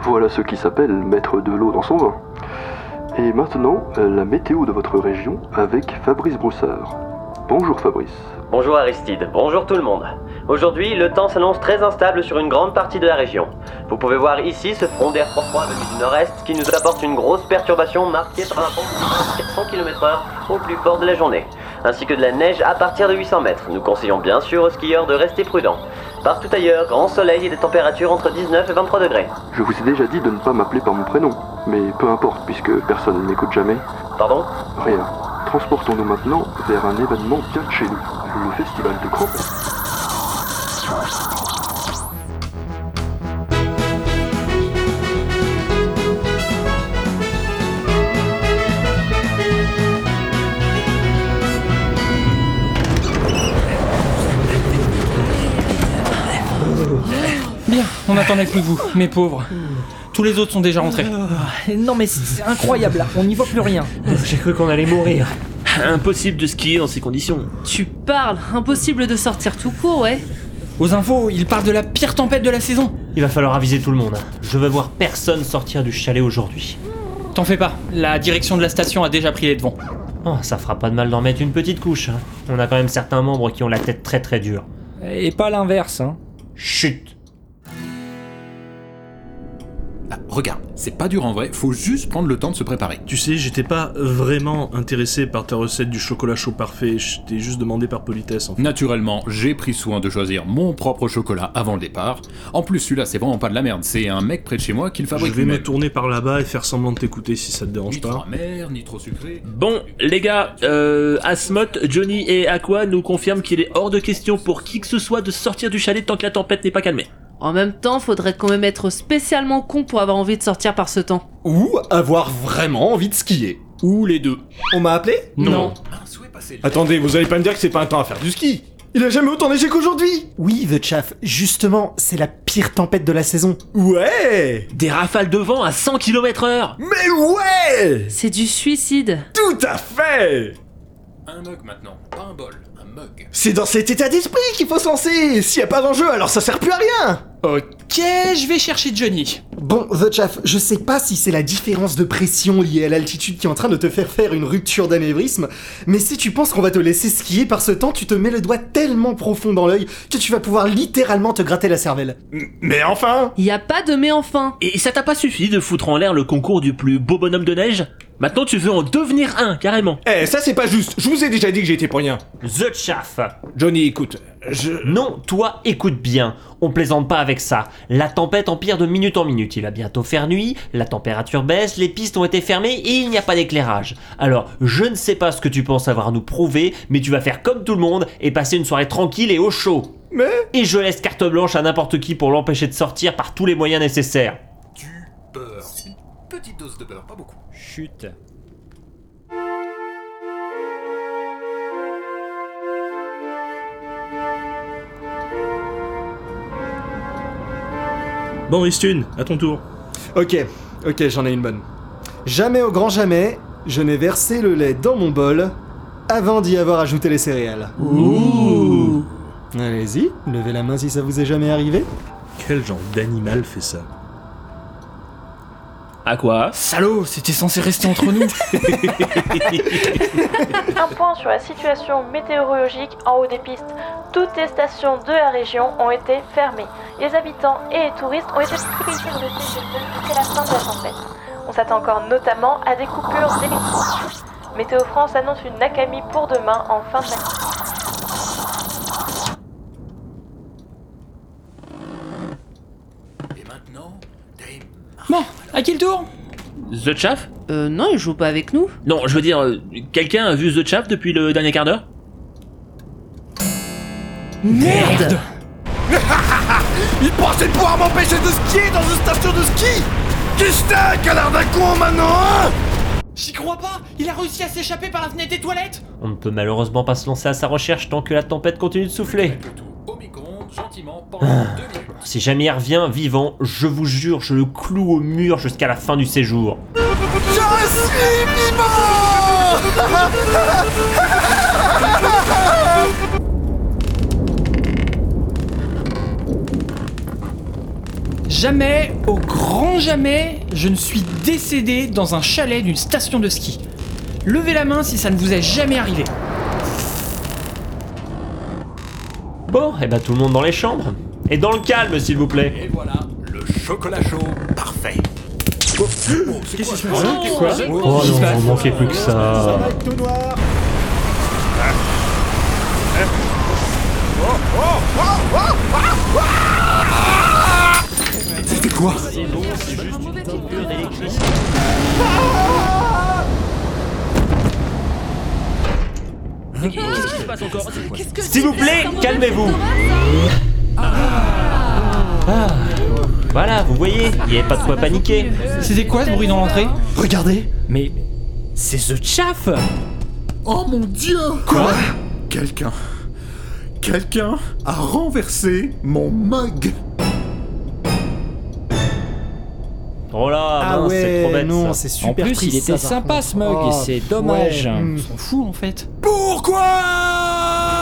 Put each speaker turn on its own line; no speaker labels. Voilà ce qui s'appelle mettre de l'eau dans son vin. Et maintenant, la météo de votre région avec Fabrice Broussard. Bonjour Fabrice.
Bonjour Aristide, bonjour tout le monde. Aujourd'hui, le temps s'annonce très instable sur une grande partie de la région. Vous pouvez voir ici ce front d'air trop froid venu du nord-est qui nous apporte une grosse perturbation marquée par un vent de 400 km/h au plus fort de la journée, ainsi que de la neige à partir de 800 mètres. Nous conseillons bien sûr aux skieurs de rester prudents. Partout ailleurs, grand soleil et des températures entre 19 et 23 degrés.
Je vous ai déjà dit de ne pas m'appeler par mon prénom, mais peu importe puisque personne ne m'écoute jamais.
Pardon
Rien. Transportons-nous maintenant vers un événement bien de chez nous, le festival de Crampon.
Bien, on attendait plus vous, mes pauvres. Tous les autres sont déjà rentrés.
Non mais c'est c'est incroyable là, on n'y voit plus rien.
J'ai cru qu'on allait mourir.
Impossible de skier dans ces conditions.
Tu parles, impossible de sortir tout court, ouais.
Aux infos, ils parlent de la pire tempête de la saison.
Il va falloir aviser tout le monde. Je veux voir personne sortir du chalet aujourd'hui.
T'en fais pas, la direction de la station a déjà pris les devants.
Oh, ça fera pas de mal d'en mettre une petite couche. hein. On a quand même certains membres qui ont la tête très très dure.
Et pas l'inverse. Hein.
Chut
Ah, regarde, c'est pas dur en vrai, faut juste prendre le temps de se préparer.
Tu sais, j'étais pas vraiment intéressé par ta recette du chocolat chaud parfait, je t'ai juste demandé par politesse en fait.
Naturellement, j'ai pris soin de choisir mon propre chocolat avant le départ. En plus, celui-là, c'est vraiment pas de la merde, c'est un mec près de chez moi qui le
Je
fabrique
vais me
lui-même.
tourner par là-bas et faire semblant de t'écouter si ça te dérange
Ni trop
pas.
amer, ni trop sucré.
Bon, les gars, euh, Asmoth, Johnny et Aqua nous confirment qu'il est hors de question pour qui que ce soit de sortir du chalet tant que la tempête n'est pas calmée.
En même temps, faudrait quand même être spécialement con pour avoir envie de sortir par ce temps.
Ou avoir vraiment envie de skier.
Ou les deux.
On m'a appelé
Non.
Attendez, vous allez pas me dire que c'est pas un temps à faire du ski Il a jamais autant neigé qu'aujourd'hui
Oui, The Chaff, justement, c'est la pire tempête de la saison.
Ouais
Des rafales de vent à 100 km heure
Mais ouais
C'est du suicide.
Tout à fait
Un mug maintenant, pas un bol, un mug.
C'est dans cet état d'esprit qu'il faut se lancer S'il y a pas d'enjeu, alors ça sert plus à rien
Ok, je vais chercher Johnny.
Bon, The Chaff, je sais pas si c'est la différence de pression liée à l'altitude qui est en train de te faire faire une rupture d'anévrisme, mais si tu penses qu'on va te laisser skier par ce temps, tu te mets le doigt tellement profond dans l'œil que tu vas pouvoir littéralement te gratter la cervelle.
Mais enfin
Y a pas de mais enfin.
Et ça t'a pas suffi de foutre en l'air le concours du plus beau bonhomme de neige Maintenant tu veux en devenir un, carrément.
Eh, ça c'est pas juste Je vous ai déjà dit que j'étais pour rien
The Chaff
Johnny, écoute, je...
Non, toi, écoute bien. On plaisante pas avec ça. La tempête empire de minute en minute. Il va bientôt faire nuit, la température baisse, les pistes ont été fermées et il n'y a pas d'éclairage. Alors, je ne sais pas ce que tu penses avoir à nous prouver, mais tu vas faire comme tout le monde et passer une soirée tranquille et au chaud.
Mais
Et je laisse carte blanche à n'importe qui pour l'empêcher de sortir par tous les moyens nécessaires.
Du beurre. Une petite dose de beurre, pas beaucoup.
Chut.
Bon Ristune, à ton tour.
Ok, ok, j'en ai une bonne. Jamais au grand jamais, je n'ai versé le lait dans mon bol avant d'y avoir ajouté les céréales.
Ouh.
Allez-y, levez la main si ça vous est jamais arrivé.
Quel genre d'animal fait ça
Aqua
Salaud, c'était censé rester entre nous.
Un point sur la situation météorologique en haut des pistes. Toutes les stations de la région ont été fermées. Les habitants et les touristes ont été priés de ces jusqu'à la fin de la tempête. On s'attend encore notamment à des coupures d'électricité. Météo France annonce une Nakami pour demain en fin de matinée.
Et maintenant, Dame.
Bon, à qui le tour
The Chaff
Euh, non, il joue pas avec nous.
Non, je veux dire, euh, quelqu'un a vu The Chaff depuis le dernier quart d'heure
Merde
Il pensait pouvoir m'empêcher de skier dans une station de ski Qu'est-ce que t'as, canard d'un con, maintenant, hein
J'y crois pas Il a réussi à s'échapper par la fenêtre des toilettes
On ne peut malheureusement pas se lancer à sa recherche tant que la tempête continue de souffler. Ah.
Le tout au micro-ondes, gentiment, pendant deux minutes.
Si jamais il revient vivant, je vous jure, je le cloue au mur jusqu'à la fin du séjour.
Je suis vivant
Jamais, au grand jamais, je ne suis décédé dans un chalet d'une station de ski. Levez la main si ça ne vous est jamais arrivé.
Bon, et bah tout le monde dans les chambres. Et dans le calme, s'il vous plaît. Et voilà.
Le chocolat chaud, parfait. Oh, c'est quoi, ça
Quoi Oh non, vous manquez plus que ça.
C'était quoi
Qu'est-ce qui se passe encore Qu'est-ce que
S'il vous plaît, calmez-vous. Ah. Voilà, vous voyez, il n'y a pas de quoi paniquer.
C'était quoi ce bruit dans l'entrée
Regardez
Mais
c'est The Chaff
Oh mon dieu
Quoi
Quelqu'un. Quelqu'un a renversé mon mug
Oh là,
Ah
mince,
ouais,
c'est trop bête, ça.
non, c'est
En
super
plus,
triste,
il était
ça,
sympa
par contre.
ce mug
Oh,
et c'est dommage.
ouais,
On
hmm.
s'en fout en fait.
Pourquoi